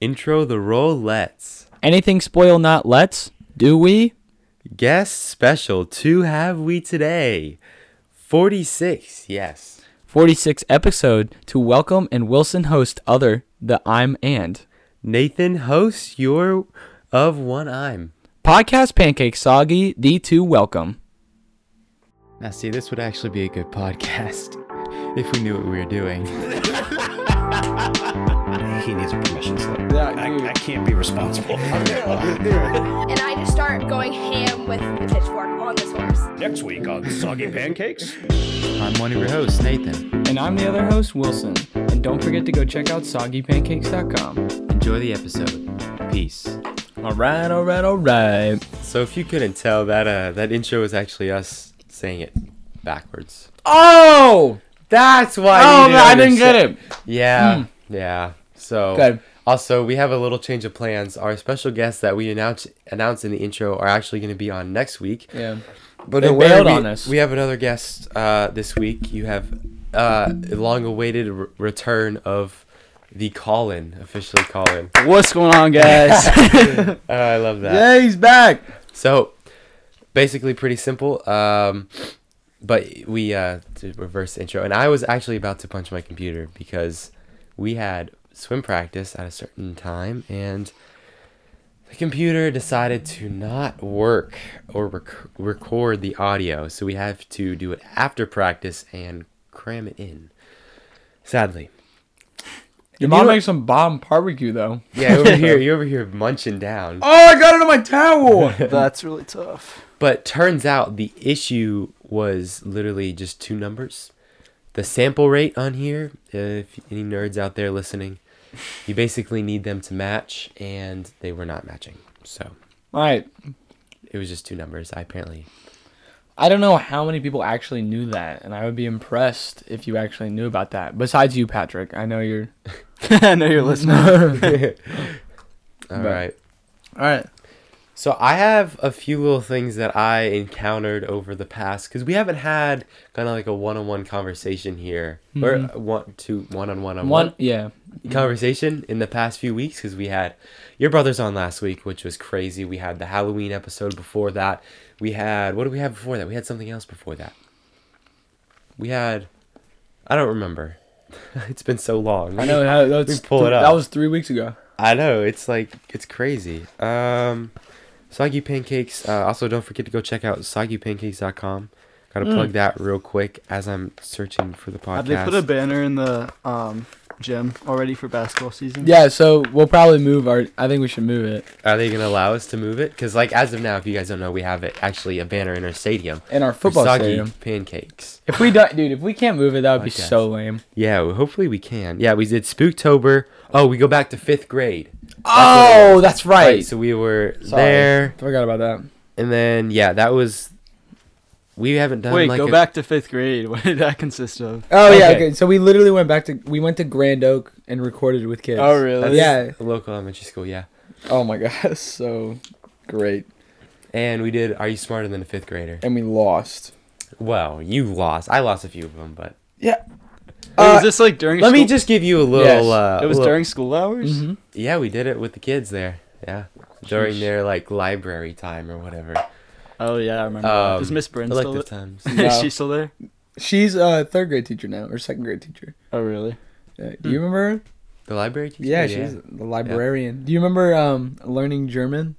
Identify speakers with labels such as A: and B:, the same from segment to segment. A: Intro the Rolettes.
B: Anything spoil not let's, do we?
A: Guest special two have we today? 46, yes.
B: 46 episode to welcome and Wilson host other the I'm and
A: Nathan hosts your of one I'm.
B: podcast pancake soggy the two welcome.
A: Now see this would actually be a good podcast if we knew what we were doing.
C: He needs a permission slip. I, I can't be responsible.
D: and I just start going ham with the pitchfork on this horse.
C: Next week on Soggy Pancakes.
A: I'm one of your hosts, Nathan.
B: And I'm the other host Wilson. And don't forget to go check out soggypancakes.com.
A: Enjoy the episode. Peace.
B: All right, all right, all right.
A: So if you couldn't tell that uh that intro was actually us saying it backwards.
B: Oh!
A: That's why
B: Oh,
A: you
B: man, I didn't get it.
A: Yeah, yeah. So
B: Hmm. Good.
A: also we have a little change of plans. Our special guests that we announced announced in the intro are actually going to be on next week.
B: Yeah.
A: But
B: They
A: don't worry,
B: bailed
A: we,
B: on us.
A: We have another guest uh, this week. You have uh, a long-awaited r return of the Colin, officially Colin.
B: What's going on, guys?
A: Uh, I love that.
B: yeah, he's back.
A: So basically, pretty simple. Um, but we uh, did reverse intro, and I was actually about to punch my computer because we had swim practice at a certain time, and the computer decided to not work or rec- record the audio, so we have to do it after practice and cram it in. Sadly,
B: Your
A: know
B: mom
A: what-
B: makes some bomb barbecue though.
A: yeah, over here, you're over here munching down.
B: Oh, I got it on my towel.
E: That's really tough.
A: But turns out the issue was literally just two numbers. The sample rate on here, if any nerds out there listening, you basically need them to match, and they were not matching. So
B: all right.
A: it was just two numbers. I apparently.
B: I don't know how many people actually knew that, and I would be impressed if you actually knew about that. Besides you, Patrick, I know you're.
E: I know you're listening.
A: All right.
E: All right.
A: So I have a few little things that I encountered over the past because we haven't had kind of like a one-on-one conversation here or one two one-on-one on
B: One, yeah,
E: Mm-hmm.
A: conversation in the past few weeks because we had your brothers on last week, which was crazy. We had the Halloween episode before that. We had what did we have before that? We had something else before that. We had I don't remember. it's been so long.
B: I know how that's.
A: pull it up.
B: That was three weeks ago.
A: I know it's like it's crazy. Um, soggy pancakes. Uh, also, don't forget to go check out soggypancakes.com. Got to plug that real quick as I'm searching for the podcast.
E: Mm. Have they put a banner in the um, gym already for basketball season?
B: Yeah, so we'll probably move our. I think we should move it
A: Are they gonna allow us to move it? Because like as of now, if you guys don't know, we have it actually a banner in our stadium.
B: in our
A: for
B: football
A: soggy
B: stadium.
A: pancakes.
B: If we don't, dude, if we can't move it, that would be
A: Podcast.
B: so lame.
A: Yeah, well, hopefully we can. Yeah, we did Spooktober. Oh, we go back to fifth grade.
B: Oh, that's
A: Right.
B: right.
A: so we were
B: Sorry.
A: there,
B: Forgot about that.
A: and then yeah, that was. We haven't done
E: Wait,
A: like
E: go
A: a-
E: back to fifth grade. What did that consist of?
B: Oh yeah,
A: Okay.
B: okay. So we literally went back to we went to Grand Oak and recorded with kids.
E: Oh, really?
B: Yeah.
A: a local elementary school. Yeah,
B: Oh my god, that's so great.
A: and we did. Are you smarter than a fifth grader?
B: And we lost.
A: Well, you lost. I lost a few of them, but
B: Yeah.
E: Wait,
B: Uh,
E: was this like during?
A: let me
E: school-
A: just give you a little.
B: Yes,
A: uh,
E: It was
A: little-
E: during school hours.
B: Mhm.
A: Yeah, we did it with the kids there. Yeah, during
E: Sheesh.
A: their like library time or whatever.
E: Oh yeah, I remember.
A: Um,
E: Is Miss Bryn still
A: Elective
E: there?
A: times.
E: Is
B: No.
E: she still there?
B: She's a third grade teacher now, or second grade teacher.
E: Oh really?
B: Uh, do you remember? her?
A: The library teacher.
B: Yeah, she's the librarian. Do you remember um, learning German?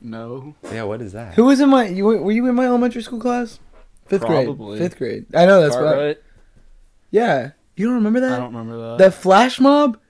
E: No.
A: Yeah, what is that?
B: Who was in my? You were, were you in my elementary school class? Fifth grade.
E: Probably.
B: Fifth grade. I know that's what. I-
E: Cartwright?
B: yeah, you don't remember
E: I
B: that?
E: don't remember that.
B: The flash mob.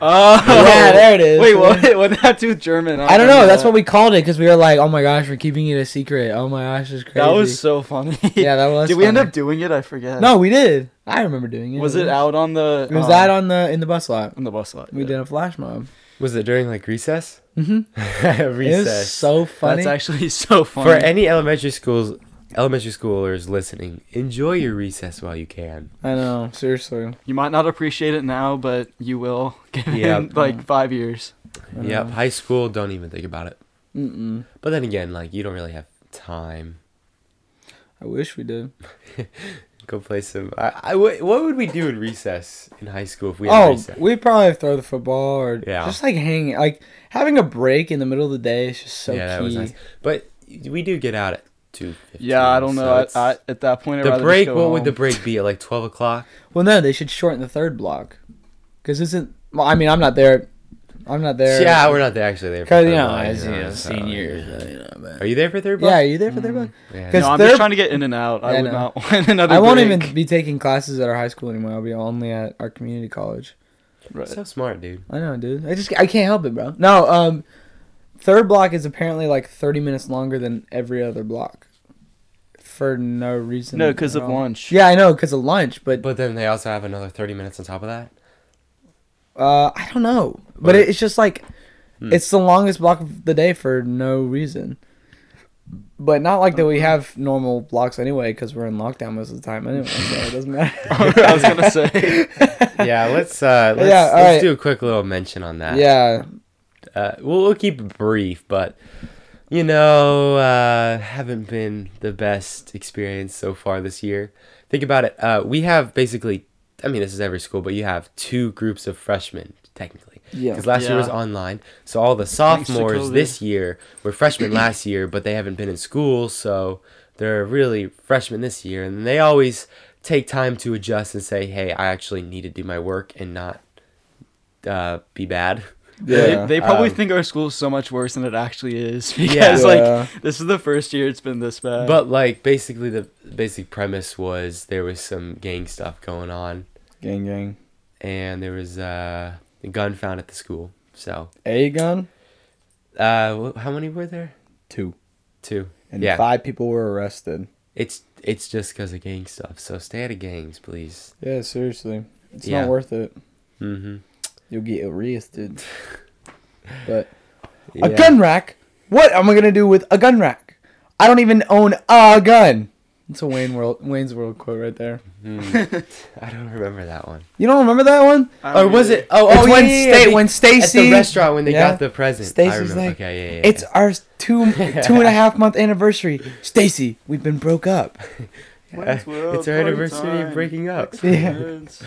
E: Oh
B: Yeah, there it is.
E: Wait, what? What did that do with German?
B: I don't know. That's what we called it because we were like, "Oh my gosh, we're keeping it a secret." Oh my gosh, it's crazy.
E: That was so funny.
B: Yeah, that was.
E: Did we end
B: funny.
E: up doing it? I forget.
B: No, we did. I remember doing it.
E: Was it out on the?
B: It was
E: um,
B: that on the in the bus lot?
E: on the bus lot?
B: We
E: yeah.
B: did a flash mob.
A: Was it during like recess?
B: Mm-hmm. It was
A: recess.
B: so funny.
E: That's actually so funny.
A: For any elementary schools, elementary schoolers listening, enjoy your recess while you can.
B: I know, seriously.
E: You might not appreciate it now, but you will given
A: Yeah.
E: like five years.
A: Yep, high school, don't even think about it.
B: Mm-mm.
A: But then again, like you don't really have time.
B: I wish we did.
A: Go play some. I, I, what what would we do in recess in high school if we had
B: Oh,
A: recess?
B: we probably throw the football or
A: Yeah.
B: just like hanging, like having a break in the middle of the day is just so
A: yeah, that
B: key.
A: was nice. But we do get out at two.
E: Yeah, I don't know. I, I, at that point, I'd
A: the
E: rather
A: break.
E: Just
A: What
E: go
A: would the
E: home.
A: break be at? Like twelve o'clock.
B: Well, no, they should shorten the third block, because isn't? Well, I mean, I'm not there. I'm not there.
A: yeah, we're not there actually. There. for
B: Because you
A: third
B: know,
A: block,
B: as you know,
A: so-
B: seniors. uh, You know, but-
A: uh, Are you there Mm. for third
B: yeah, are
A: block?
B: you there for third block?
A: Yeah.
B: 'Cause
E: No, I'm
B: they're-
E: just trying to get in and out. I
B: Yeah,
E: would
B: no.
E: not want another.
B: I won't
E: break.
B: even be taking classes at our high school anymore. I'll be only at our community college.
E: Right.
A: So smart, dude.
B: I know, dude. I just I can't help it, bro. No, um, third block is apparently like 30 minutes longer than every other block, for no reason.
E: No, because
B: at
E: of
B: all.
E: lunch.
B: Yeah, I know, because of lunch, but
A: But then they also have another thirty minutes on top of that.
B: uh, I don't know. But
A: But-
B: it, it's just like,
A: Hmm.
B: it's the longest block of the day for no reason. But not like that we have normal blocks anyway, because we're in lockdown most of the time anyway, so it doesn't matter.
E: I was gonna say.
A: yeah, let's uh, let's,
B: Yeah, all
A: let's
B: right.
A: do a quick little mention on that.
B: yeah,
A: uh, we'll, we'll keep it brief, but you know, uh, haven't been the best experience so far this year. Think about it. Uh, we have basically, I mean, this is every school, but you have two groups of freshmen technically.
B: Yeah.
A: Because last year was
E: Yeah.
A: online, so all the
E: Thanks to
A: sophomores
E: COVID.
A: this year were freshmen last year, but they haven't been in school, so they're really freshmen this year, and they always take time to adjust and say, "Hey, I actually need to do my work and not uh, be bad."
B: Yeah.
E: They, they probably
A: Um,
E: think our school is so much worse than it actually is because
B: Yeah.
E: like this is the first year it's been this bad.
A: But like basically the basic premise was there was some gang stuff going on
B: gang, gang.
A: and there was uh, a gun found at the school. So
B: A gun,
A: uh, wh- how many were there?
B: two.
A: Two.
B: and
A: yeah.
B: five people were arrested.
A: It's it's just because of gang stuff. So stay out of gangs, please.
B: Yeah, seriously, it's
A: Yeah.
B: not worth it.
A: Mm-hmm.
B: You'll get arrested. but
A: Yeah.
B: a gun rack? What am I gonna do with a gun rack? I don't even own a gun. It's a Wayne World Wayne's World quote right there.
A: I don't remember that one.
B: You don't remember that one?
E: I
A: Or
E: don't
A: was
E: either.
A: it? Oh, oh,
B: It's when
A: yeah, yeah, yeah,
B: Sta-
A: they-
B: when
A: at
B: Stacy-
A: the restaurant when they
B: Yeah.
A: got the present. I
B: Stacy's
A: remember.
B: like,
A: okay, yeah, yeah, yeah.
B: It's our two two and a half month anniversary. Stacy, we've been broke up.
E: Wayne's World,
A: it's our
E: party
A: anniversary of
E: time.
A: breaking up.
E: Friends.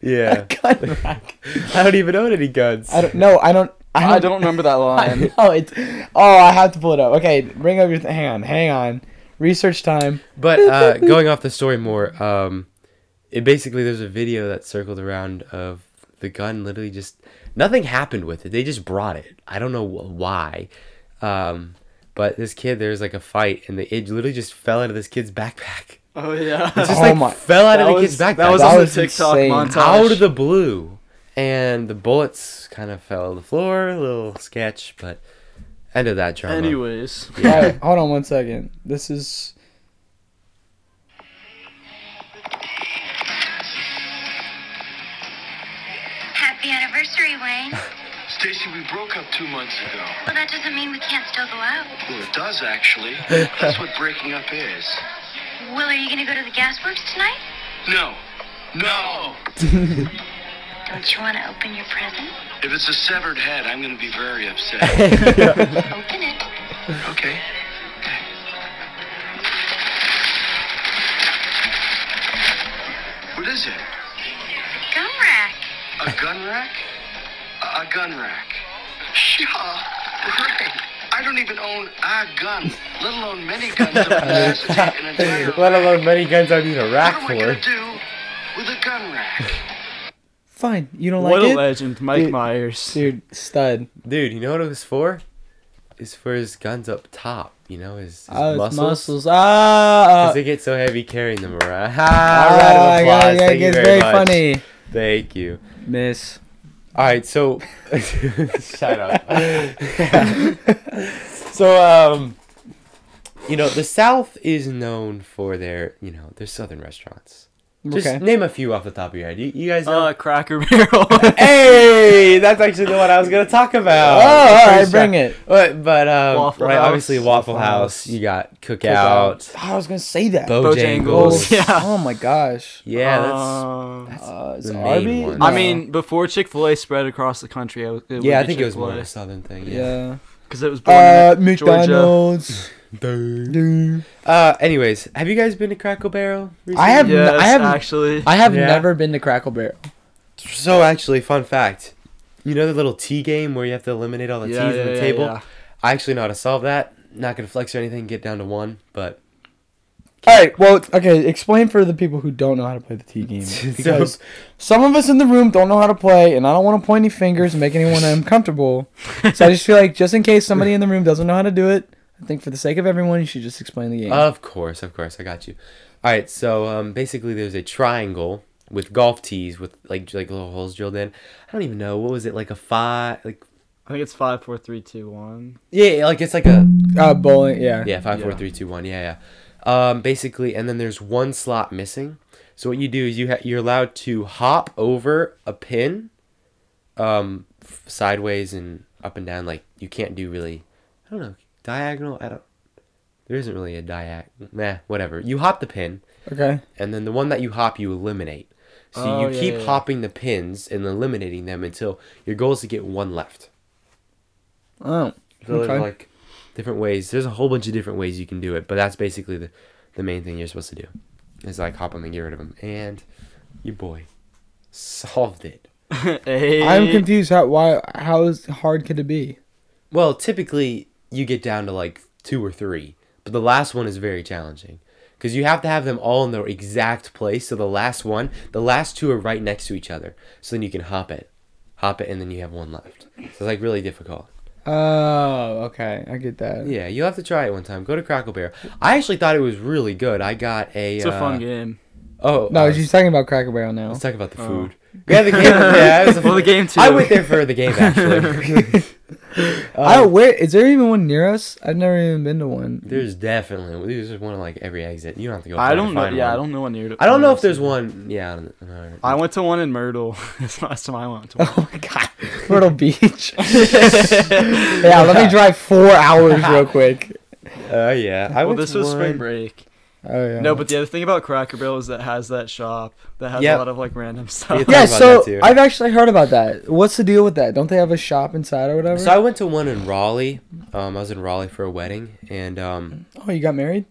A: Yeah,
B: Gun rack.
A: I don't even own any guns.
B: I don't. No, I don't. I don't,
E: I don't remember that line.
B: Oh, it's. Oh, I have to pull it up. Okay, bring up your. Th- hang on, hang on. Research time.
A: But uh, going off the story more, um, it basically there's a video that circled around of the gun literally just nothing happened with it. They just brought it. I don't know wh- why. Um, but this kid, there was like a fight, and the it literally just fell out of this kid's backpack.
E: Oh yeah.
A: It just
B: Oh
A: like
B: my-
A: fell out of
E: that
A: the
E: was,
A: kid's backpack.
E: that was
B: That
E: on
B: was
E: the TikTok
B: insane.
E: montage.
A: out of the blue, and the bullets kind of fell to the floor. A little sketch, but end of that drama.
E: Anyways,
B: All right, hold on one second. This is.
F: Happy anniversary, Wayne.
G: Stacy, we broke up two months ago.
F: Well, that doesn't mean we can't still go out.
G: Well, it does actually. That's what breaking up is.
F: Will, are you going to go to the gasworks tonight?
G: No. No!
F: Don't you want to open your present?
G: If it's a severed head, I'm going to be very upset.
F: Open it.
G: Okay. What is it?
F: Gum rack.
G: A gun rack? A a gun rack. Yeah, right. I don't even own a gun, let alone many guns that would necessitate an entire
A: Let alone many guns I need a
G: What
A: rack
G: am I
A: for.
G: going to do with a gun rack?
B: Fine. You don't
E: what a
B: like it?
E: legend, Mike
B: Dude.
E: Myers.
B: Dude, stud.
A: Dude, you know what it was for? It's for his guns up top. You know his, his
B: Oh, it's
A: muscles.
B: muscles. Ah.
A: 'Cause they get so heavy carrying them around.
B: ah,
A: Ah, round of
B: yeah,
A: applause.
B: yeah,
A: Thank you
B: it's
A: very,
B: very
A: much.
B: funny.
A: Thank you.
B: Miss.
A: All right, so shut up. so um, you know the South is known for their you know their Southern restaurants. Just
B: Okay.
A: name a few off the top of your head. You, you guys know.
E: Uh, Cracker Barrel.
A: hey, that's actually the one I was gonna talk
B: Oh,
A: about.
B: all right,
A: First
B: bring
A: shot.
B: it.
A: But, but um,
E: Waffle
A: right,
E: House.
A: obviously Waffle
E: Waffle
A: House.
E: House.
A: You got Cookout,
B: Oh, I was gonna say that.
A: Bojangles.
E: Bojangles.
B: Oh,
E: Yeah.
B: Oh my gosh.
A: Yeah, that's
E: Um,
B: Uh, is
A: The
B: it
A: main
B: Arby?
A: one.
B: No.
E: I mean, before Chick Fil A spread across the country, I was, it would
A: yeah. I
E: be
A: think it was more of
E: Chick-fil-A.
A: a southern thing. Yeah.
B: Yeah.
E: because it was born
B: Uh,
E: in Georgia.
B: McDonald's.
A: Uh, anyways, have you guys been to Crackle Barrel? Recently?
B: I have. n-
E: Yes,
B: I have.
E: actually.
B: I have
A: Yeah.
B: never been to Crackle Barrel.
A: So actually, fun fact. You know the little tea game where you have to eliminate all the
E: Yeah,
A: teas on the
E: yeah, yeah,
A: table?
E: yeah.
A: I actually know how to solve that. Not gonna flex or anything, get down to one, but
B: All right. Well, okay. Explain for the people who don't know how to play the T game because some of us in the room don't know how to play, and I don't want to point any fingers and make anyone uncomfortable. so I just feel like just in case somebody in the room doesn't know how to do it, I think for the sake of everyone, you should just explain the game.
A: Of course, of course, I got you. All right, so um, basically, there's a triangle with golf tees with like like little holes drilled in. I don't even know what was it like a five like
E: I think it's five, four, three, two, one.
A: yeah like it's like a
B: uh, bowling. Yeah.
A: yeah five four
E: Yeah.
A: three two one yeah yeah um, basically and then there's one slot missing. So what you do is you ha- you're allowed to hop over a pin, um, f- sideways and up and down. Like you can't do really I don't know diagonal. I don't. There isn't really a diag. Nah, whatever. You hop the pin.
B: Okay.
A: and then the one that you hop you eliminate. So
E: Oh,
A: you
E: yeah,
A: keep
E: yeah, yeah.
A: hopping the pins and eliminating them until your goal is to get one left.
B: Oh.
A: So
B: Okay.
A: there's like different ways. There's a whole bunch of different ways you can do it, but that's basically the, the main thing you're supposed to do. Is like hop them and get rid of them. And your boy solved it.
E: hey.
B: I'm confused. How why? How is hard could it be?
A: Well, typically you get down to like two or three, but the last one is very challenging because you have to have them all in the exact place. So the last one, the last two are right next to each other. So then you can hop it, hop it, and then you have one left. So it's like really difficult.
B: Oh, okay. I get that.
A: Yeah, you'll have to try it one time. Go to Crackle Barrel. I actually thought it was really good. I got a.
E: It's a
A: uh,
E: fun game.
A: Oh
B: No,
A: uh,
B: she's talking about Cracker Barrel now.
A: Let's talk about the
E: Oh.
A: food. Yeah, the game. Yeah, it was a
E: Well, the game too.
A: I went there for the game actually.
B: Oh, where is there even one near us? I've never even been to one.
A: There's definitely there's one on like every exit. You don't have to go.
E: I
A: far to
E: don't know.
A: find
E: Yeah,
A: one.
E: I don't know what near.
A: I don't know if
E: near
A: there's
E: us
A: one. Yeah, I don't know.
E: I went to one in Myrtle. That's the last time I went to one.
B: Oh my god, Myrtle Beach. yeah, let me drive four hours real quick.
A: Oh yeah, I
E: well,
A: went
E: this
A: to
E: was
A: one-
E: spring break.
B: Oh yeah.
E: No, but the other thing about Cracker Barrel is that it has that shop that has
A: Yep.
E: a lot of like random stuff.
A: Yeah.
B: yeah,
A: about
B: so
A: that too.
B: I've actually heard about that. What's the deal with that? Don't they have a shop inside or whatever?
A: So I went to one in Raleigh. Um, I was in Raleigh for a wedding, and um,
B: oh, you got married?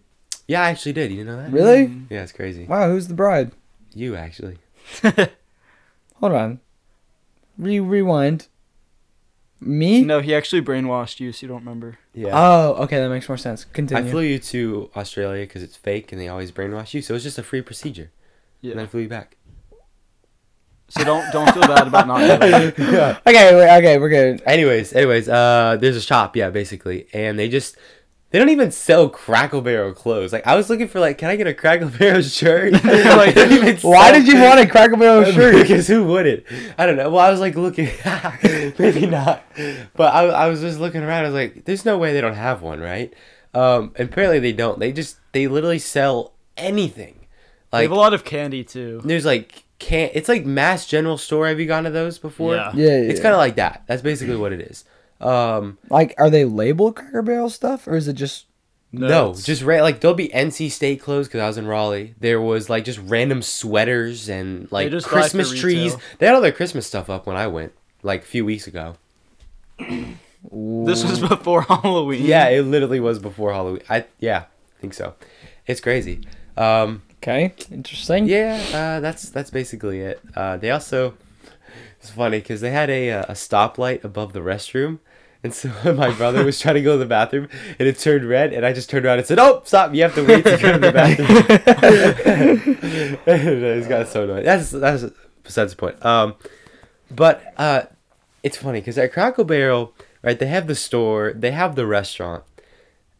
A: yeah, I actually did. You didn't know that? Mm-hmm.
B: Really?
A: Yeah, it's crazy.
B: Wow, who's the bride?
A: You actually.
B: Hold on. Re rewind. Me?
E: no, he actually brainwashed you, so you don't remember.
A: Yeah.
B: Oh, okay, that makes more sense.
A: Uh, I
B: Continue.
A: flew you to Australia because it's fake and they always brainwash you. So it's just a free procedure. And
E: Yeah.
A: then I flew you back.
E: So don't don't feel bad about not. knowing.
B: okay, wait, okay, we're good.
A: Anyways, anyways, uh, there's a shop, yeah, basically, and they just they don't even sell Crackle Barrel clothes. Like I was looking for like, can I get a Crackle Barrel shirt? like, they don't even
B: Why
A: sell-
B: did you want a Cracker Barrel shirt?
A: because who wouldn't? I don't know. Well, I was like looking, maybe not, but I, I was just looking around. I was like, there's no way they don't have one, right? Um, and apparently they don't. They just they literally sell anything.
E: They
A: Like
E: have a lot of candy too.
A: there's like can it's like Mass General Store. Have you gone to those before?
E: Yeah.
B: Yeah, yeah,
A: It's
B: yeah.
A: kind of like that. That's basically what it is. Um,
B: Like, are they labeled Cracker Barrel stuff, or is it just
A: no,
E: it's-
A: just ra- like there'll be NC State clothes because I was in Raleigh. There was like just random sweaters and like
E: just buy
A: Christmas
E: for
A: trees.
E: retail.
A: They had all their Christmas stuff up when I went like a few weeks ago.
E: This was before Halloween.
A: Yeah, it literally was before Halloween. I yeah, I think so. It's crazy. Um,
B: okay? Interesting.
A: yeah, uh, that's that's basically it. Uh, they also it's funny because they had a uh, a stoplight above the restroom, and so my brother was trying to go to the bathroom, and it turned red, and I just turned around and said, "Oh, stop! You have to wait to go to the bathroom." it's got so annoying. That's that's besides the point. Um, but uh, it's funny because at Crackle Barrel, right? They have the store, they have the restaurant,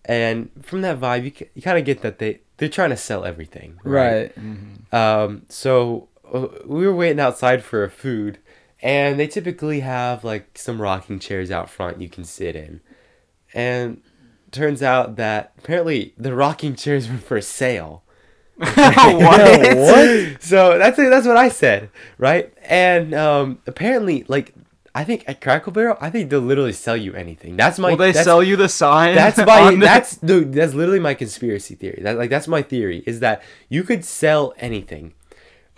A: and from that vibe, you ca- you kind of get that they they're trying to sell everything,
B: Right.
A: um, so uh, we were waiting outside for a food, and they typically have like some rocking chairs out front you can sit in. And turns out that apparently the rocking chairs were for sale.
E: what?
A: So that's it. That's what I said, right? And um, apparently, like I think at Crackle Barrel, I think they'll literally sell you anything. That's my.
E: Will they
A: that's-
E: sell you the sign?
A: That's
E: on
A: my
E: the-
A: that's dude, that's literally my conspiracy theory. That like that's my theory is that you could sell anything.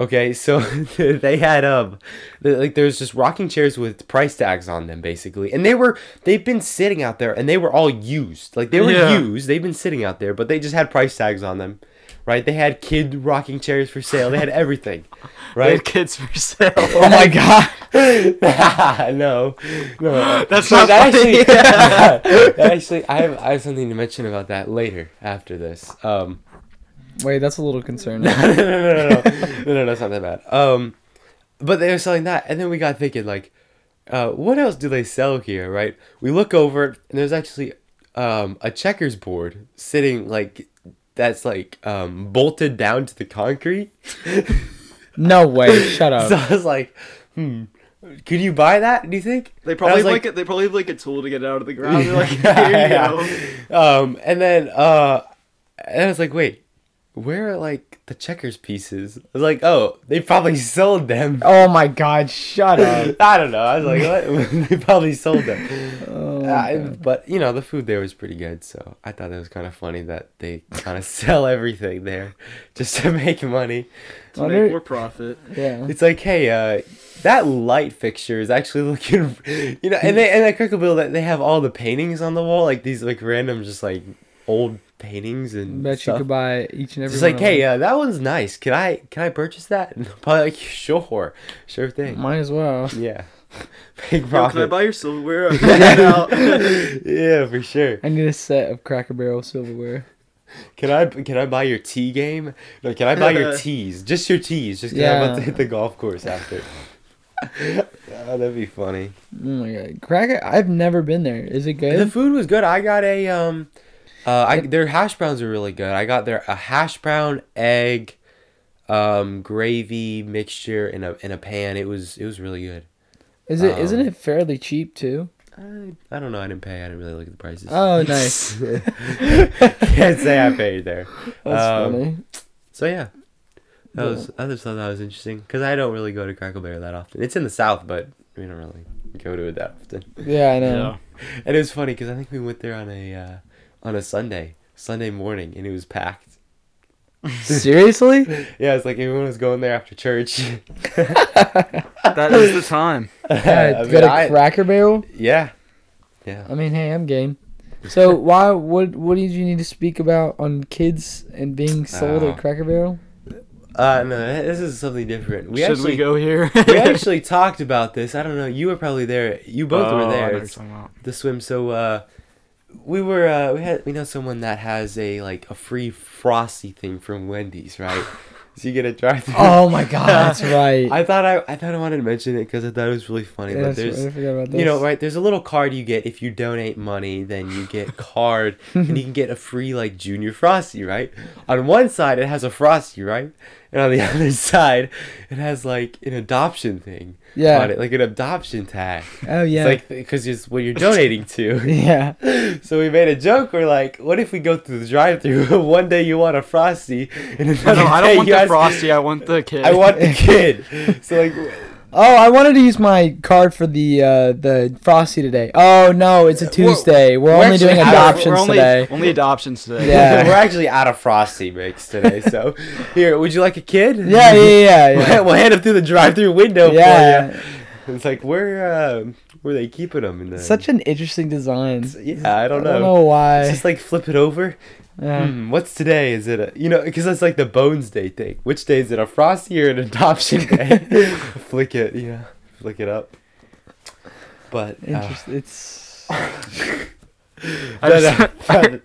A: Okay, so they had um, the- like there's just rocking chairs with price tags on them basically, and they were they've been sitting out there and they were all used, like they were
E: Yeah.
A: used. They've been sitting out there, but they just had price tags on them, right? They had kid rocking chairs for sale. They had everything,
E: They had
A: right?
E: kids for sale.
B: Oh my god.
A: no, no.
E: That's
A: So
E: not
A: that
E: funny.
A: actually, that actually, I have I have something to mention about that later after this. Um,
B: Wait, that's a little concerning.
A: no, no, no, no, no, no, no, it's not that bad. Um, but they were selling that, and then we got thinking like, uh, what else do they sell here, right? We look over, and there's actually um a checkers board sitting like that's like um bolted down to the concrete.
B: No way. Shut up.
E: Oh.
A: So I was like, hmm, could you buy that? Do you think
E: They
A: And I
E: probably
A: was
E: have, like, a, they probably have like a tool to get it out of the ground. They're like, here you go.
A: um, and then uh, and I was like, wait, where are like the checkers pieces? I was like, oh, they probably sold them.
B: Oh my god, shut up.
A: I don't know. I was like, what? they probably sold them.
B: Oh,
A: I- but you know, the food there was pretty good, so I thought it was kind of funny that they kind of sell everything there just to make money.
E: To make more profit.
B: yeah.
A: It's like, hey, uh, that light fixture is actually looking, you know, and they and at Crickleville that they have all the paintings on the wall, like these like random just like old paintings and
B: Bet
A: stuff.
B: you could buy each and every
A: Just like,
B: one of
A: hey,
B: them.
A: uh, that one's nice. Can I can I purchase that? And they're probably like, sure, sure thing.
B: uh, Might as well.
A: yeah, big
E: Mm. Yo, can I
A: profit.
E: buy your silverware? I'm going out.
A: yeah, for sure.
B: I need a set of Cracker Barrel silverware.
A: Can I can I buy your tea game? No, can I buy your teas? Just your teas. Just 'cause I'm about to
B: Yeah.
A: hit the golf course after. oh, that'd be funny.
B: Oh my god. Cracker I've never been there. Is it
A: The
B: good?
A: food was good. I got a um, uh, I, their hash browns are really good. I got their a hash brown egg, um, gravy mixture in a in a pan. It was it was really good.
B: Is it isn't
A: um,
B: it fairly cheap too?
A: I, I don't know. I didn't pay. I didn't really look at the prices.
B: Oh nice.
A: Can't say I paid there.
B: That's
A: Um,
B: funny.
A: So yeah, that was I just thought that was interesting because I don't really go to Crackle Barrel that often. It's in the South, but we don't really go to it that often.
B: Yeah, I know.
A: And it was funny because I think we went there on a uh, on a Sunday, Sunday morning, and it was packed.
B: Seriously?
A: Yeah, it's like everyone was going there after church.
E: That is the time.
B: Yeah,
A: I mean,
B: go to
A: I-
B: Cracker Barrel.
A: yeah, yeah.
B: I mean, hey, I'm game. So why? What? What did you need to speak about on kids and being sold
A: Oh.
B: at Cracker Barrel?
A: Uh, no, this is something different. We
E: Should
A: actually
E: we go here?
A: we actually talked about this. I don't know. You were probably there. You both
E: Oh, I
A: were
E: know
A: there.
E: what you're
A: It's-
E: talking about.
A: the swim. So uh, we were uh, we had we know someone that has a like a free frosty thing from Wendy's, right? so you get a drive through.
B: Oh my God, that's right.
A: I thought I I thought I wanted to mention it because I thought it was really funny.
B: Yeah,
A: but
B: that's right, I
A: there's
B: forgot about this.
A: you know right there's a little card you get if you donate money, then you get card and you can get a free like junior frosty, right? On one side it has a frosty, right, and on the other side it has like an adoption thing
B: Yeah.
A: on it, like an adoption tag.
B: Oh yeah.
A: It's like because it's what you're donating to.
B: yeah.
A: So we made a joke. We're like, what if we go through the drive-through? One day you want a frosty, and another
E: No, I
A: day
E: don't want
A: you
E: the
A: ask-
E: frosty. I want the kid.
A: I want the kid. So like,
B: Oh, I wanted to use my card for the uh, the frosty today. Oh no, it's a Tuesday. We're, only
E: actually
B: doing
E: out of-
B: adoptions
E: we're only,
B: today.
E: Only adoptions today.
B: Yeah.
A: we're actually out of frosty mix today. So here, would you like a kid?
B: Yeah, yeah, yeah, yeah.
A: we'll hand him through the drive-through window
B: yeah.
A: for you. It's like where uh, where they keeping them in the
B: Such an interesting design.
A: yeah. I
B: I
A: don't know.
B: don't know
A: It's
B: why.
A: just like flip it over.
B: Yeah.
A: Hmm, what's today? Is it a you know because that's like the Bones Day thing. Which day is it? A frosty or an adoption day? flick it, you know, flick it up. But uh,
B: Interest- it's
E: I
A: uh,
B: uh,
E: just,
A: that-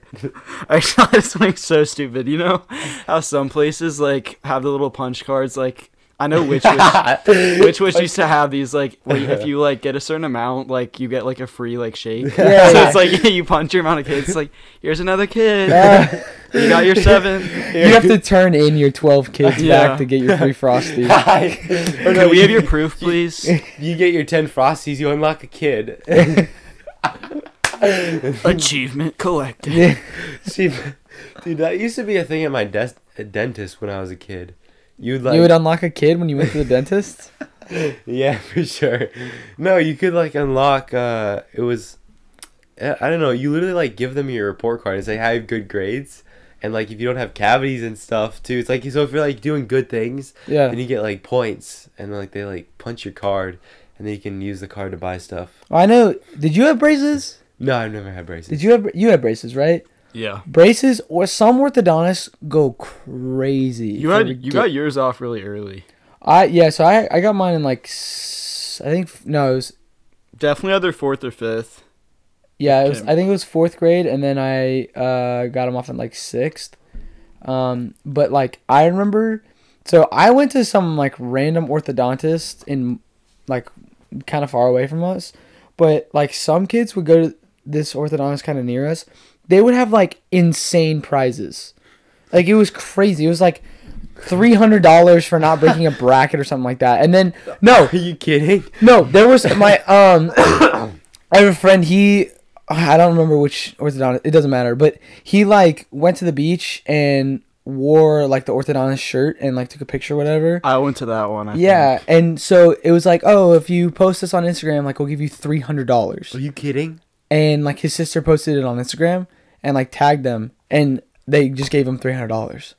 E: I just thought this was so stupid. You know how some places like have the little punch cards. Like I know which
A: that-
E: which which used to have these like where you- if you like get a certain amount, like you get like a free like
B: Yeah,
E: shake. so
B: yeah.
E: it's like you punch your amount of kids. It's like here's another kid.
B: Yeah.
E: You got your seven.
B: you have to turn in your twelve kids
E: Yeah.
B: back to get your free frosty.
A: or no,
E: Can Oh, we
A: you-
E: have your proof, please?
A: You get your ten frosties. You unlock a kid.
E: Achievement collected.
B: Yeah.
A: See, dude, that used to be a thing at my des- dentist when I was a kid. You'd like
B: you would unlock a kid when you went to the dentist.
A: Yeah, for sure. No, you could like unlock. uh It was, I I don't know. You literally like give them your report card and say, "I have good grades," and like if you don't have cavities and stuff too, it's like so if you're like doing good things,
B: Yeah.
A: then you get like points, and like they like punch your card, and then you can use the card to buy stuff.
B: I know. Did you have braces?
A: No, I've never had braces.
B: Did you have you had braces, right?
E: Yeah.
B: Braces or some orthodontists go crazy.
E: You
B: for
E: had you
B: ridic-
E: got yours off really early.
B: I yeah, so I I got mine in like s- I think no, it was,
E: Definitely either fourth or fifth.
B: yeah, it was
E: Okay.
B: I think it was 4th grade and then I uh got them off in like 6th. Um but like I remember so I went to some like random orthodontist in like kind of far away from us, but like some kids would go to this orthodontist kind of near us. They would have like insane prizes. Like it was crazy. It was like three hundred dollars for not breaking a bracket or something like that. And then no,
A: Are you kidding?
B: no, there was my um. I have a friend. He I don't remember which orthodontist. It doesn't matter. But he like went to the beach and wore like the orthodontist shirt and like took a picture, or whatever.
E: I went to that one. I think.
B: Yeah, and so it was like, oh, if you post this on Instagram, like we'll give you three hundred dollars.
A: Are you kidding?
B: And like his sister posted it on Instagram and like tagged them, and they just gave him three hundred dollars.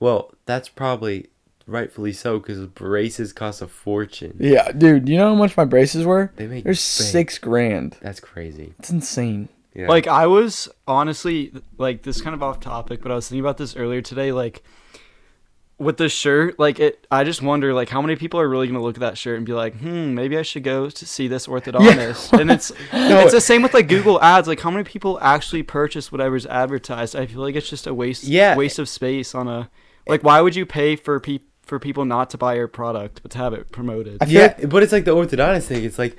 A: Well, that's probably rightfully so because braces cost a fortune.
B: Yeah, dude, you know how much my braces were?
A: They make
B: They're
A: bank.
B: six grand.
A: That's crazy.
B: It's insane.
A: Yeah.
E: Like I was honestly like this is kind of off topic, but I was thinking about this earlier today. Like with this shirt, like it, I just wonder like how many people are really gonna look at that shirt and be like, hmm, maybe I should go to see this orthodontist. and it's it's the same with like Google ads. Like how many people actually purchase whatever's advertised? I feel like it's just a waste.
A: Yeah.
E: waste of space on a like. Why would you pay for pe for people not to buy your product but to have it promoted?
B: I feel
A: Yeah, but it's like the orthodontist thing. It's like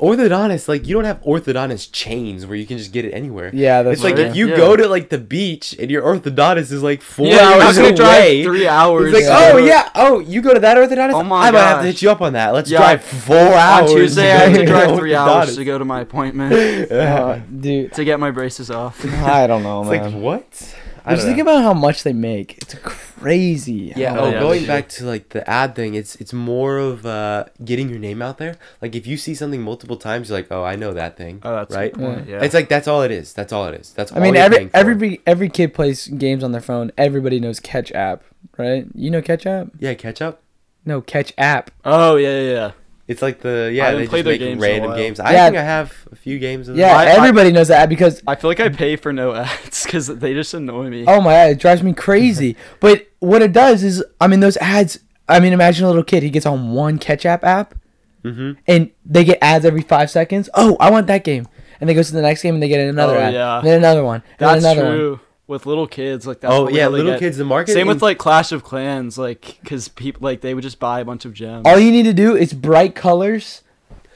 A: orthodontist, like you don't have orthodontist chains where you can just get it anywhere.
B: Yeah, that's
A: it's like
E: true.
A: if you
E: Yeah.
A: go to like the beach and your orthodontist is like four
E: Yeah, you're not
A: hours
E: gonna
A: away.
E: drive three hours
A: It's like,
E: to
A: oh
E: go-
A: yeah, oh you go to that orthodontist.
E: Oh my
A: I might have to
E: gosh.
A: hit you up on that. Let's
E: Yeah,
A: drive four hours.
E: on Ah, Tuesday, I have to
A: go
E: drive three hours
A: orthodontist.
E: to go to my appointment
B: Uh, dude,
E: to get my braces off.
B: I don't know,
A: It's
B: man.
A: like what? I
B: Just
A: don't
B: think
A: know.
B: about how much they make. It's crazy.
A: Yeah.
B: how
A: Oh,
E: yeah,
A: going
E: sure.
A: back to like the ad thing, it's it's more of uh, getting your name out there. Like if you see something multiple times, you're like, oh, I know that thing.
E: Oh, that's a
A: right.
E: good point, Yeah.
A: It's like that's all it is. That's all it is. That's.
B: I mean,
A: all you're
B: every
A: paying for.
B: every every kid plays games on their phone. Everybody knows Catch App, right? You know Catch App?
A: Yeah, catch up.
B: No, Catch App.
E: Oh yeah, yeah, yeah.
A: It's like the yeah
E: haven't
A: they just
E: played their
A: make
E: games in a
A: random
E: while.
A: games. I
B: Yeah.
A: think I have a few games. Of
B: Yeah,
A: them.
E: I-
B: everybody knows that app because
E: I feel like I pay for no ads because they just annoy me.
B: oh my god, it drives me crazy. but what it does is, I mean, those ads. I mean, imagine a little kid. He gets on one Catch App app, and they get ads every five seconds. Oh, I want that game, and they go to the next game and they get another
E: Oh,
B: ad,
E: yeah.
B: then another one, then
E: that's
B: another one.
E: true. With little kids, like that's
A: Oh,
E: what we
A: yeah,
E: really
A: little
E: get.
A: kids, the market
E: Same with
A: in-
E: like Clash of Clans, like because people like they would just buy a bunch of gems.
B: All you need to do is bright colors,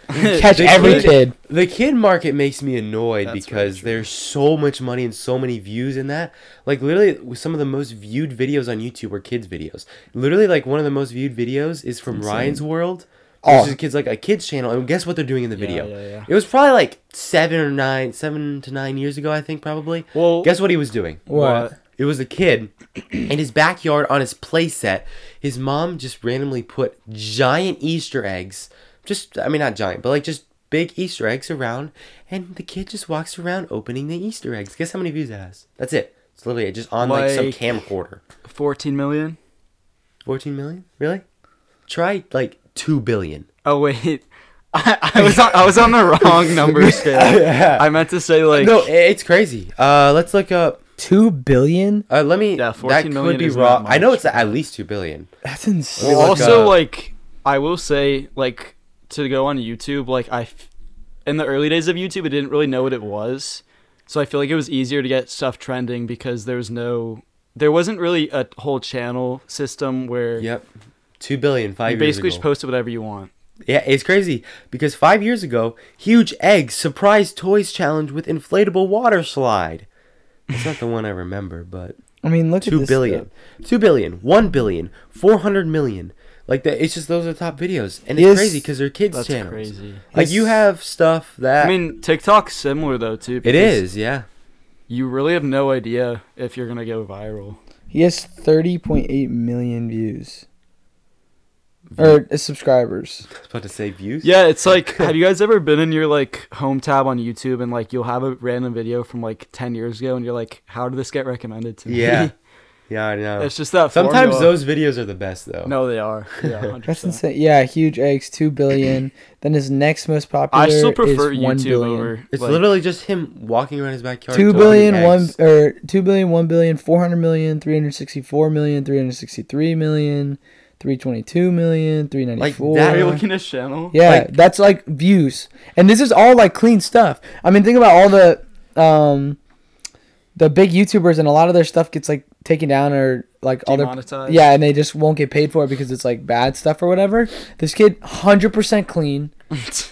B: catch
A: The
B: every kid.
A: The kid market makes me annoyed
E: That's very
A: because
E: true.
A: there's so much money and so many views in that. Like literally, with some of the most viewed videos on YouTube are kids videos. Literally, like one of the most viewed videos is from Ryan's World.
B: Oh.
A: Which is kids like a kids channel, and guess what they're doing in the video?
E: yeah, yeah.
A: It was probably like seven or nine, seven to nine years ago, I think, probably.
E: Well-
A: guess what he was doing?
B: What?
A: It was a kid in his backyard on his playset. His mom just randomly put giant Easter eggs, just, I mean, not giant, but like just big Easter eggs around. And the kid just walks around opening the Easter eggs. Guess how many views that has? That's it. It's literally it, just on like, some
E: Like-
A: camcorder.
E: Fourteen million.
A: 14 million? Really? Try like 2 billion.
E: Oh wait, I, I was on, I was on the wrong number scale. I meant to say like
A: No, i- it's crazy. Uh, let's look up.
B: Two billion?
A: Uh, let me.
E: Yeah,
A: Yeah,
E: 14
A: that could
E: million
A: be
E: is not
A: wrong. I know
E: much,
A: it's at least 2 billion.
B: That's insane.
A: Let me
E: Well,
A: look
E: also
A: up.
E: like I will say like to go on YouTube like I f- in the early days of YouTube I didn't really know what it was. So I feel like it was easier to get stuff trending because there was no there wasn't really a whole channel system where
A: Yep. 2 billion, five
E: you
A: years
E: basically
A: ago.
E: just posted whatever you want.
A: Yeah, it's crazy because five years ago, huge egg surprise toys challenge with inflatable water slide. It's not the one I remember, but
B: I mean, look at
A: two
B: this
A: billion,
B: stuff.
A: two billion, one billion, four hundred million. Like that, it's just those are the top videos, and it's
B: Yes.
A: crazy because they're kids
E: That's
A: channels.
E: crazy.
A: Like you have stuff that
E: I mean, TikTok's similar though too.
A: it
E: because
A: is, yeah.
E: You really have no idea if you're gonna go viral.
B: He has thirty point eight million views. or uh, subscribers.
A: I was about to say views.
E: Yeah, it's like, have you guys ever been in your like home tab on YouTube and like you'll have a random video from like ten years ago and you're like, how did this get recommended to me?
A: Yeah. Yeah, I know.
E: it's just that.
A: Sometimes
E: formula.
A: those videos are the best though.
E: No, they are. Yeah, 100%.
B: That's insane. Yeah, huge eggs, two billion. then his next most popular.
E: I still prefer
B: is one
E: YouTube
B: billion.
E: over.
A: It's
E: like-
A: literally just him walking around his backyard.
B: Two
A: throwing
B: billion, one
A: eggs.
B: or two billion, one billion, four hundred million, three hundred sixty-four million, three hundred sixty-three million, three twenty-two million, three ninety-four.
A: that
E: Are you looking at channel?
B: Yeah,
A: Like-
B: that's like views, and this is all like clean stuff. I mean, think about all the um, the big YouTubers, and a lot of their stuff gets like taken down or like all their
E: Demonetized.
B: yeah, and they just won't get paid for it because it's like bad stuff or whatever. This kid, hundred percent clean,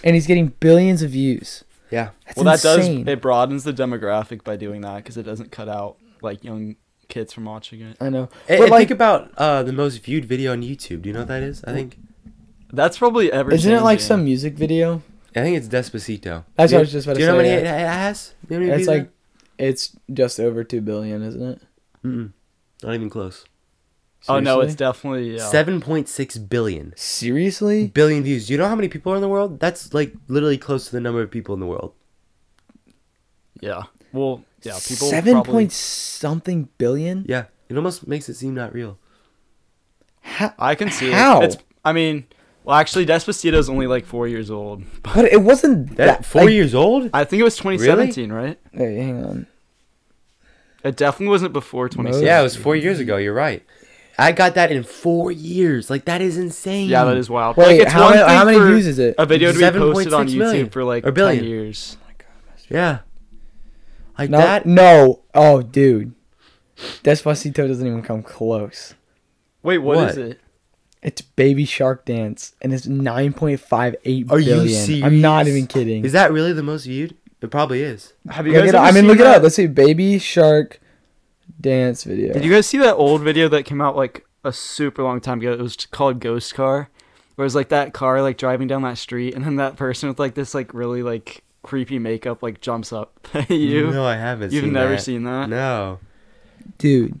B: and he's getting billions of views.
A: Yeah.
B: That's
E: Well, that
B: insane.
E: does. It broadens the demographic by doing that because it doesn't cut out like young kids from watching it.
B: I know,
A: And,
B: but
A: and
B: like,
A: think about uh, the most viewed video on YouTube. Do you know what that is? I think
E: That's probably ever.
B: isn't it like
E: changing.
B: some music video?
A: I think it's Despacito.
B: That's
A: Do you-
B: what I was just about
A: Do
B: to
A: you know
B: say,
A: how many
B: yeah.
A: it it has? Do you know how many
B: It's
A: views
B: like, it's just over two billion, isn't it?
A: it- Mm-mm. not even close.
E: Oh no,
B: Seriously?
E: it's definitely yeah.
A: Seven point six billion.
B: seriously.
A: Billion views. Do you know how many people are in the world? That's like literally close to the number of people in the world.
E: Yeah. Well, yeah. People.
B: seven
E: probably-
B: point something billion.
A: Yeah. It almost makes it seem not real.
B: How-
E: I can see
B: How?
E: it. It's. I mean, well, actually, Despacito's only like four years old.
B: But it wasn't
A: That,
B: that.
A: four
B: like-
A: years old?
E: I think it was 2017, right?
B: Hey, hang on.
E: It definitely wasn't before 2017.
A: yeah, it was four years ago. You're right. I got that in four years. Like that is insane.
E: Yeah, that is wild.
B: Wait,
E: like, it's
B: how
E: one
B: many- how
E: thing
B: many
E: for
B: views is it?
E: A video to be posted on
A: 7.6 million
E: YouTube for like
A: or billion.
E: 10 years.
A: Yeah. Like
B: No,
A: that.
B: no. Oh, dude, Despacito doesn't even come close.
E: Wait,
A: What?
E: what is it?
B: It's Baby Shark Dance, and it's nine point five eight
A: Are you
B: billion. I'm not
A: serious?
B: even kidding.
A: Is that really the most viewed? It probably is.
E: Have
B: Look it up. I mean, look it up. Let's see, Baby Shark Dance video.
E: Did you guys see that old video that came out like a super long time ago? It was called Ghost Car, where it was like that car like driving down that street, and then that person with like this like really like creepy makeup like jumps up at you.
A: No, I haven't.
E: You've
A: seen
E: never
A: that.
E: seen that?
A: No.
B: dude?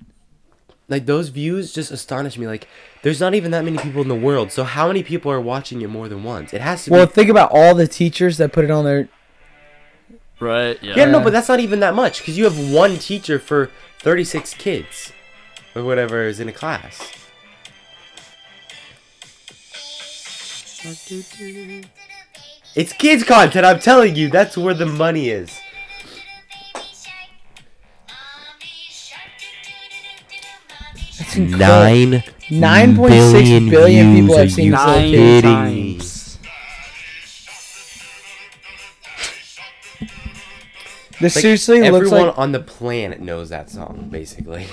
A: Like those views just astonish me. Like there's not even that many people in the world. So how many people are watching it more than once? It has to
B: Well,
A: be.
B: think about all the teachers that put it on their.
E: Right.
A: Yeah, no,
B: yeah.
A: but that's not even that much because you have one teacher for 36 kids or whatever is in a class. It's kids content. I'm telling you, that's where the money is.
B: That's incredible. Nine point six billion people have seen this little
E: Nine
B: kid.
E: times.
B: This
A: Like,
B: seriously looks
A: everyone
B: like.
A: on the planet knows that song, basically.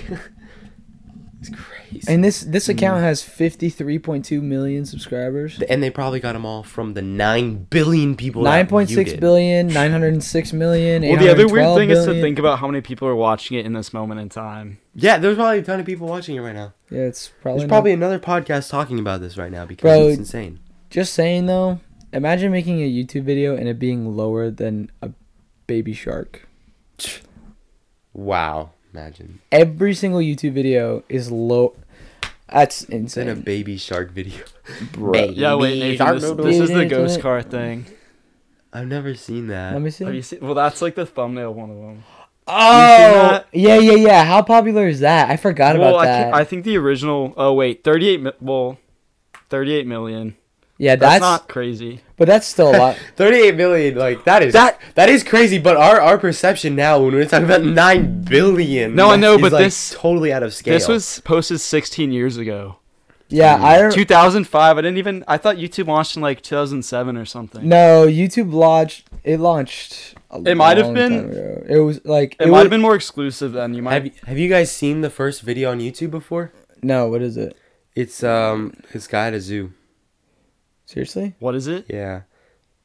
A: it's crazy.
B: And this this
A: Hmm.
B: account has fifty three point two million subscribers.
A: And they probably got them all from the nine billion people. that
B: Nine point six
A: viewed it.
B: billion, nine hundred six million.
E: Well, the other weird
B: 812
E: thing is to
B: billion.
E: think about how many people are watching it in this moment in time.
A: Yeah, there's probably a ton of people watching it right now.
B: Yeah, it's probably,
A: There's probably
B: not-
A: another podcast talking about this right now because
B: Bro,
A: it's insane.
B: just saying though. Imagine making a YouTube video and it being lower than a baby shark.
A: Wow, imagine.
B: Every single YouTube video is low. That's
A: Send a
B: insane.
A: baby shark video.
E: Yeah, wait, Nathan, this, this is the ghost car thing.
A: I've never seen that.
B: Let me see.
E: Have you seen? Well, that's like the thumbnail of one of them.
B: oh,
E: that?
B: yeah, yeah, yeah. How popular is that? I forgot
E: well,
B: about
E: I,
B: that.
E: thi- I think the original. Oh wait, thirty-eight. mi- Well, thirty-eight million.
B: yeah,
E: That's,
B: that's,
E: not crazy.
B: but that's still a lot.
A: 38 million, like that is
E: That-
A: that is crazy. But our our perception now when we're talking about nine billion,
E: No, I know,
A: is,
E: but
A: like,
E: this-
A: totally out of scale.
E: This was posted sixteen years ago,
B: Yeah, I don't.
E: two thousand five. I didn't even. I thought YouTube launched in like two thousand seven or something.
B: No, YouTube launched. It launched. A
E: It might have
B: long
E: been-
B: time ago. It was like
E: it, might have been more exclusive then. You might.
A: Have you, have you guys seen the first video on YouTube before?
B: No, what is it?
A: It's um this guy at a zoo.
B: Seriously?
E: what is it?
A: Yeah,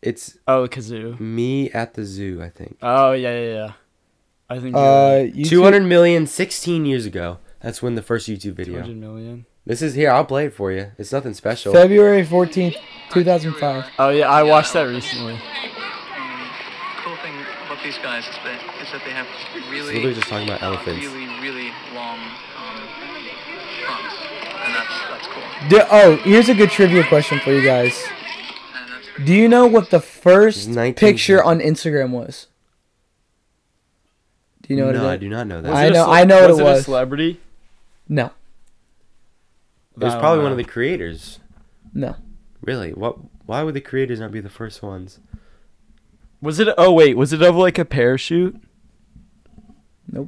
A: it's
E: Oh, kazoo.
A: me at the zoo. I think
E: Oh yeah, yeah, yeah. I think. you're
B: Uh,
E: right.
B: YouTube,
A: 200 million 16 years ago. That's when the first YouTube video.
E: 200 million.
A: This is here. I'll play it for you. It's nothing special.
B: February fourteenth, two thousand five.
E: Oh yeah, I watched that recently.
H: cool thing about these guys is that, is that they have really,
A: literally just talking about elephants.
H: really, really long um, trunks. And and that's that's cool.
B: Do, oh, here's a good trivia question for you guys.
H: And that's
B: Do you know what the first
A: 19
B: picture on Instagram was? Do you know what
A: no, I
B: it is?
A: do not know that.
E: Was
B: I
E: it a
B: know-
E: cele-
B: I know what it
E: it
B: was.
E: a celebrity?
B: No,
A: It was
E: I don't
A: probably
E: know.
A: one of the creators.
B: no.
A: Really? What? Why would the creators not be the first ones?
E: Was it? Oh wait, was it of like a parachute?
B: Let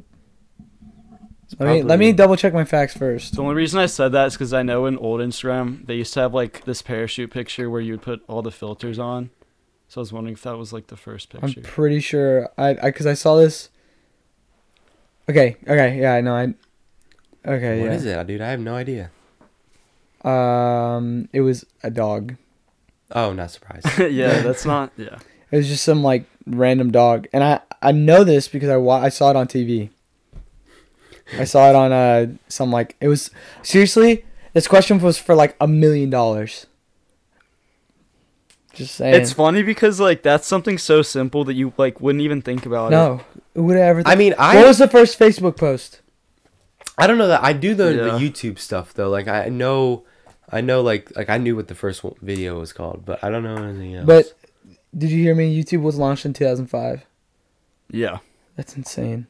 B: me let me
A: probably-
B: double check my facts first.
E: The only reason I said that is because I know in old Instagram they used to have like this parachute picture where you would put all the filters on. So I was wondering if that was like the first
B: I'm
E: picture.
B: pretty sure I because I, saw this. Okay, okay, yeah, I know. I
A: What
B: okay,
A: is
B: yeah.
A: it, dude? I have no idea.
B: Um, it was a dog.
A: Oh, not surprised.
E: yeah, that's not. Yeah.
B: It was just some like random dog, and I I know this because I wa- I saw it on TV. I saw it on uh some like it was seriously this question was for like a million dollars. Just saying.
E: It's funny because like that's something so simple that you like wouldn't even think about it.
B: no, who would I ever?
A: I mean, I-
B: what was the first Facebook post?
A: I don't know that I do the, the
E: Yeah.
A: YouTube stuff though. Like I know, I know like like I knew what the first one- video was called, but I don't know anything else.
B: But did you hear me? YouTube was launched in 2005.
E: Yeah.
B: That's insane.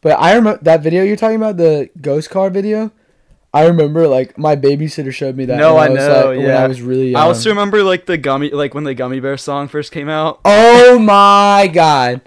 B: But I remember that video you're talking about, the ghost car video. I remember like my babysitter showed me that.
E: no,
B: when
E: I
B: was,
E: know.
B: like,
E: yeah.
B: when I was really young.
E: I also remember like the gummy, like when the gummy bear song first came out.
B: Oh my god.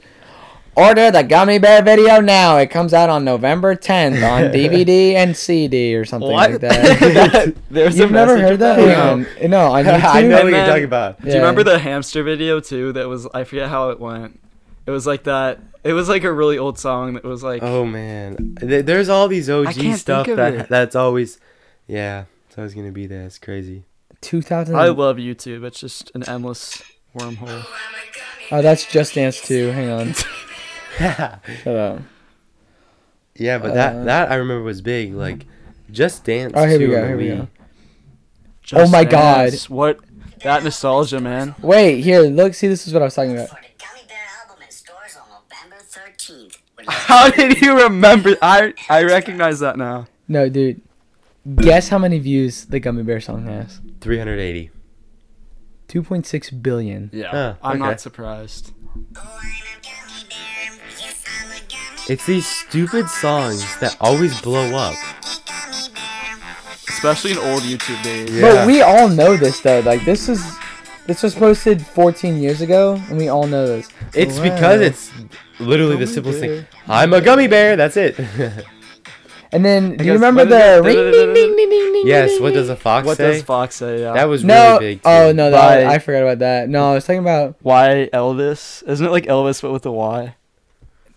B: Order the gummy bear video now. It comes out on November 10th on DVD and CD or something like that.
E: There's
B: You've
E: a
B: never
E: message
B: heard that?
E: about-
B: No, no on
A: I
B: YouTube.
A: know what
E: And
A: you're
E: then-
A: talking about.
E: Do you remember the hamster video too? That was I forget how it went. It was like that. It was like a really old song that was like.
A: Oh man, There- there's all these
E: I
A: OG
E: can't think
A: stuff
E: of
A: that
E: it.
A: that's always, yeah, it's always gonna be there. It's crazy.
B: 2000?
E: I love YouTube. It's just an endless wormhole.
B: Hmm. Oh, that's Just Dance 2. Hang on. Shut up.
A: Yeah, but
B: Uh,
A: that that I remember was big. Like, Just Dance.
B: Oh, here we
A: too,
B: go,
A: on the
B: here we
A: Wii.
B: go.
E: Just
B: Oh my
E: Dance. What that nostalgia, man.
B: Wait, here, look, see, this is what I was talking about.
I: For the Gummy Bear album in stores on November 13th.
E: How did you remember? I I recognize that now.
B: No, dude. Guess how many views the Gummy Bear song has?
A: 380.
B: 2.6 billion.
E: Yeah,
A: Huh,
E: I'm
A: okay.
E: not surprised.
A: It's these stupid songs that always blow up.
E: Especially in old YouTube days.
B: But we all know this though. Like this is this was posted 14 years ago, and we all know this.
A: It's
B: Wow.
A: because it's literally the simplest thing. I'm a gummy bear. That's it.
B: And then do you
E: goes,
B: remember
E: what
B: the
E: is it?
B: ring, ding, ding, ding, ding, ding,
A: yes.
B: ding,
A: What
B: ding?
A: does a fox
E: What
A: say?
E: does Fox say? Yeah.
A: that was
B: no?
A: really big.
B: oh no, that,
E: By-
B: I forgot about that. No, I was talking about
E: Why Elvis? Isn't it like Elvis but with a Y?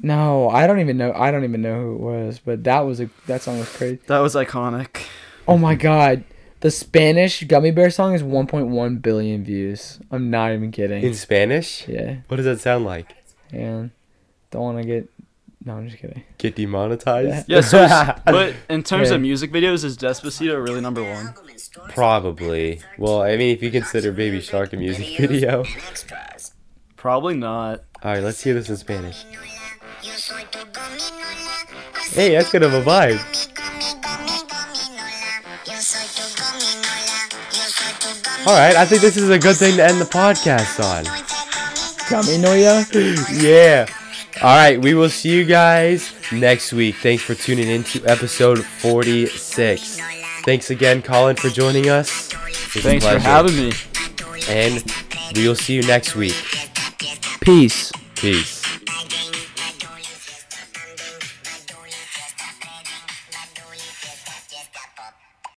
B: no. I don't even know. I don't even know who it was, but that was a that song was crazy.
E: That was iconic.
B: Oh my god, the Spanish gummy bear song is 1.1 billion views. I'm not even kidding.
A: In Spanish?
B: yeah,
A: What does that sound like?
B: and don't want to get. No, I'm just kidding.
A: Get demonetized?
E: Yeah. So, it's- but in terms
B: Yeah.
E: of music videos, is Despacito really number one?
A: Probably. Well, I mean, if you consider Baby Shark a music video.
E: Probably not.
A: All right, let's hear this in Spanish. Hey, that's kind of a vibe. All right, I think this is a good thing to end the podcast on.
B: Gummy Noya.
A: Yeah. All right, we will see you guys next week. Thanks for tuning in to episode 46. Thanks again, Colin, for joining us. It was a
E: Thanks for
A: pleasure.
E: having me.
A: And we will see you next week.
B: Peace.
A: Peace.